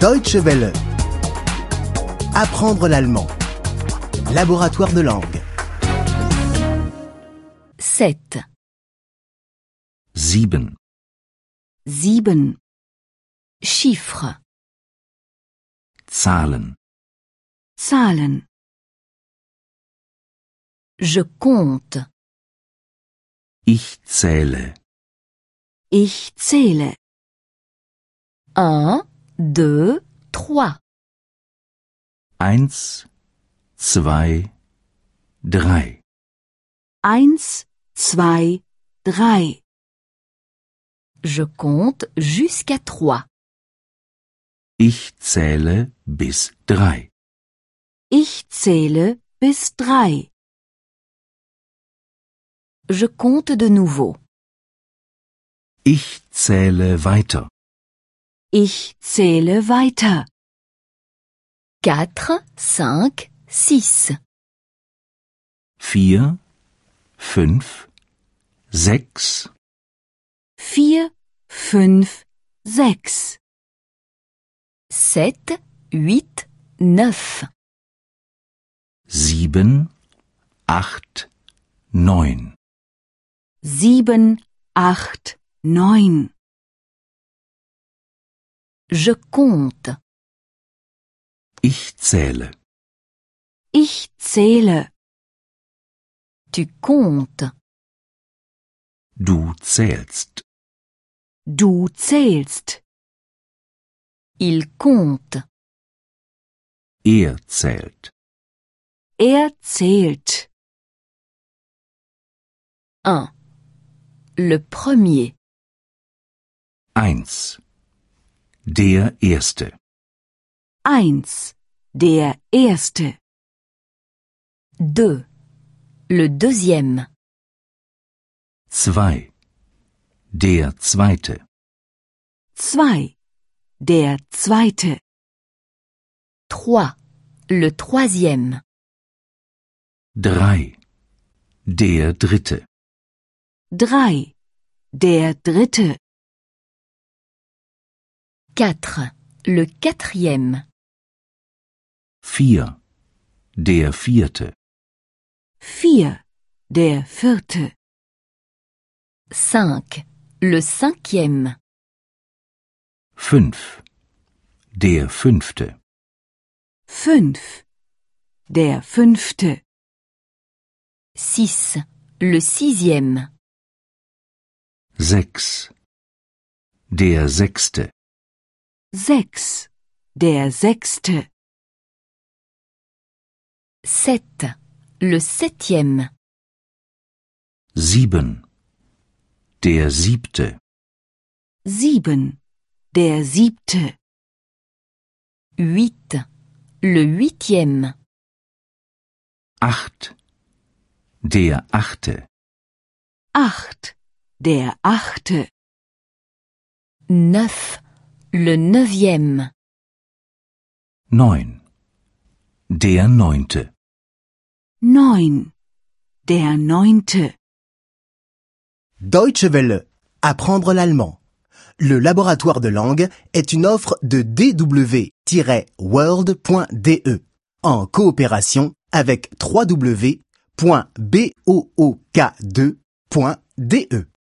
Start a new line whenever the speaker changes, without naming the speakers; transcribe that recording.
Deutsche Welle. Apprendre l'allemand. Laboratoire de langue.
7.
7.
7. Chiffres,
Zahlen.
Zahlen. Je compte.
Ich zähle.
Ich zähle. 1, 2, 3.
Eins, zwei, drei.
1, 2, 3. Je compte jusqu'à 3.
Ich zähle bis drei.
Ich zähle bis 3. Je compte de nouveau.
Ich zähle weiter.
Ich zähle weiter. 4, 5, 6.
Vier, fünf, sechs,
4, 5, 6. 7, 8, 9.
sieben, acht, neun.
7, 8, 9. Je compte.
Ich zähle.
Ich zähle. Tu comptes.
Du zählst.
Du zählst. Il compte.
Er zählt.
Er zählt. 1. Le premier.
Eins. Der erste.
1. Der erste. 2. Le deuxième.
Zwei. Der zweite.
2. Der zweite. 3. Le troisième.
Drei. Der dritte.
3. Der dritte. 4. Le quatrième.
Vier. Der vierte.
4. Der vierte. 5. Le cinquième.
Fünf. Der fünfte.
5. Der fünfte. 6. Le sixième.
Sechs. Der sechste.
6. Der sechste. 7. Le septième.
Sieben. Der siebte.
7. Der siebte. 8. Le huitième.
Acht. Der achte.
8. Der achte. 9. Le neuvième.
Neun. Der neunte.
9. Der neunte.
Deutsche Welle. Apprendre l'allemand. Le laboratoire de langue est une offre de dw-world.de E, en coopération avec www.book2.de.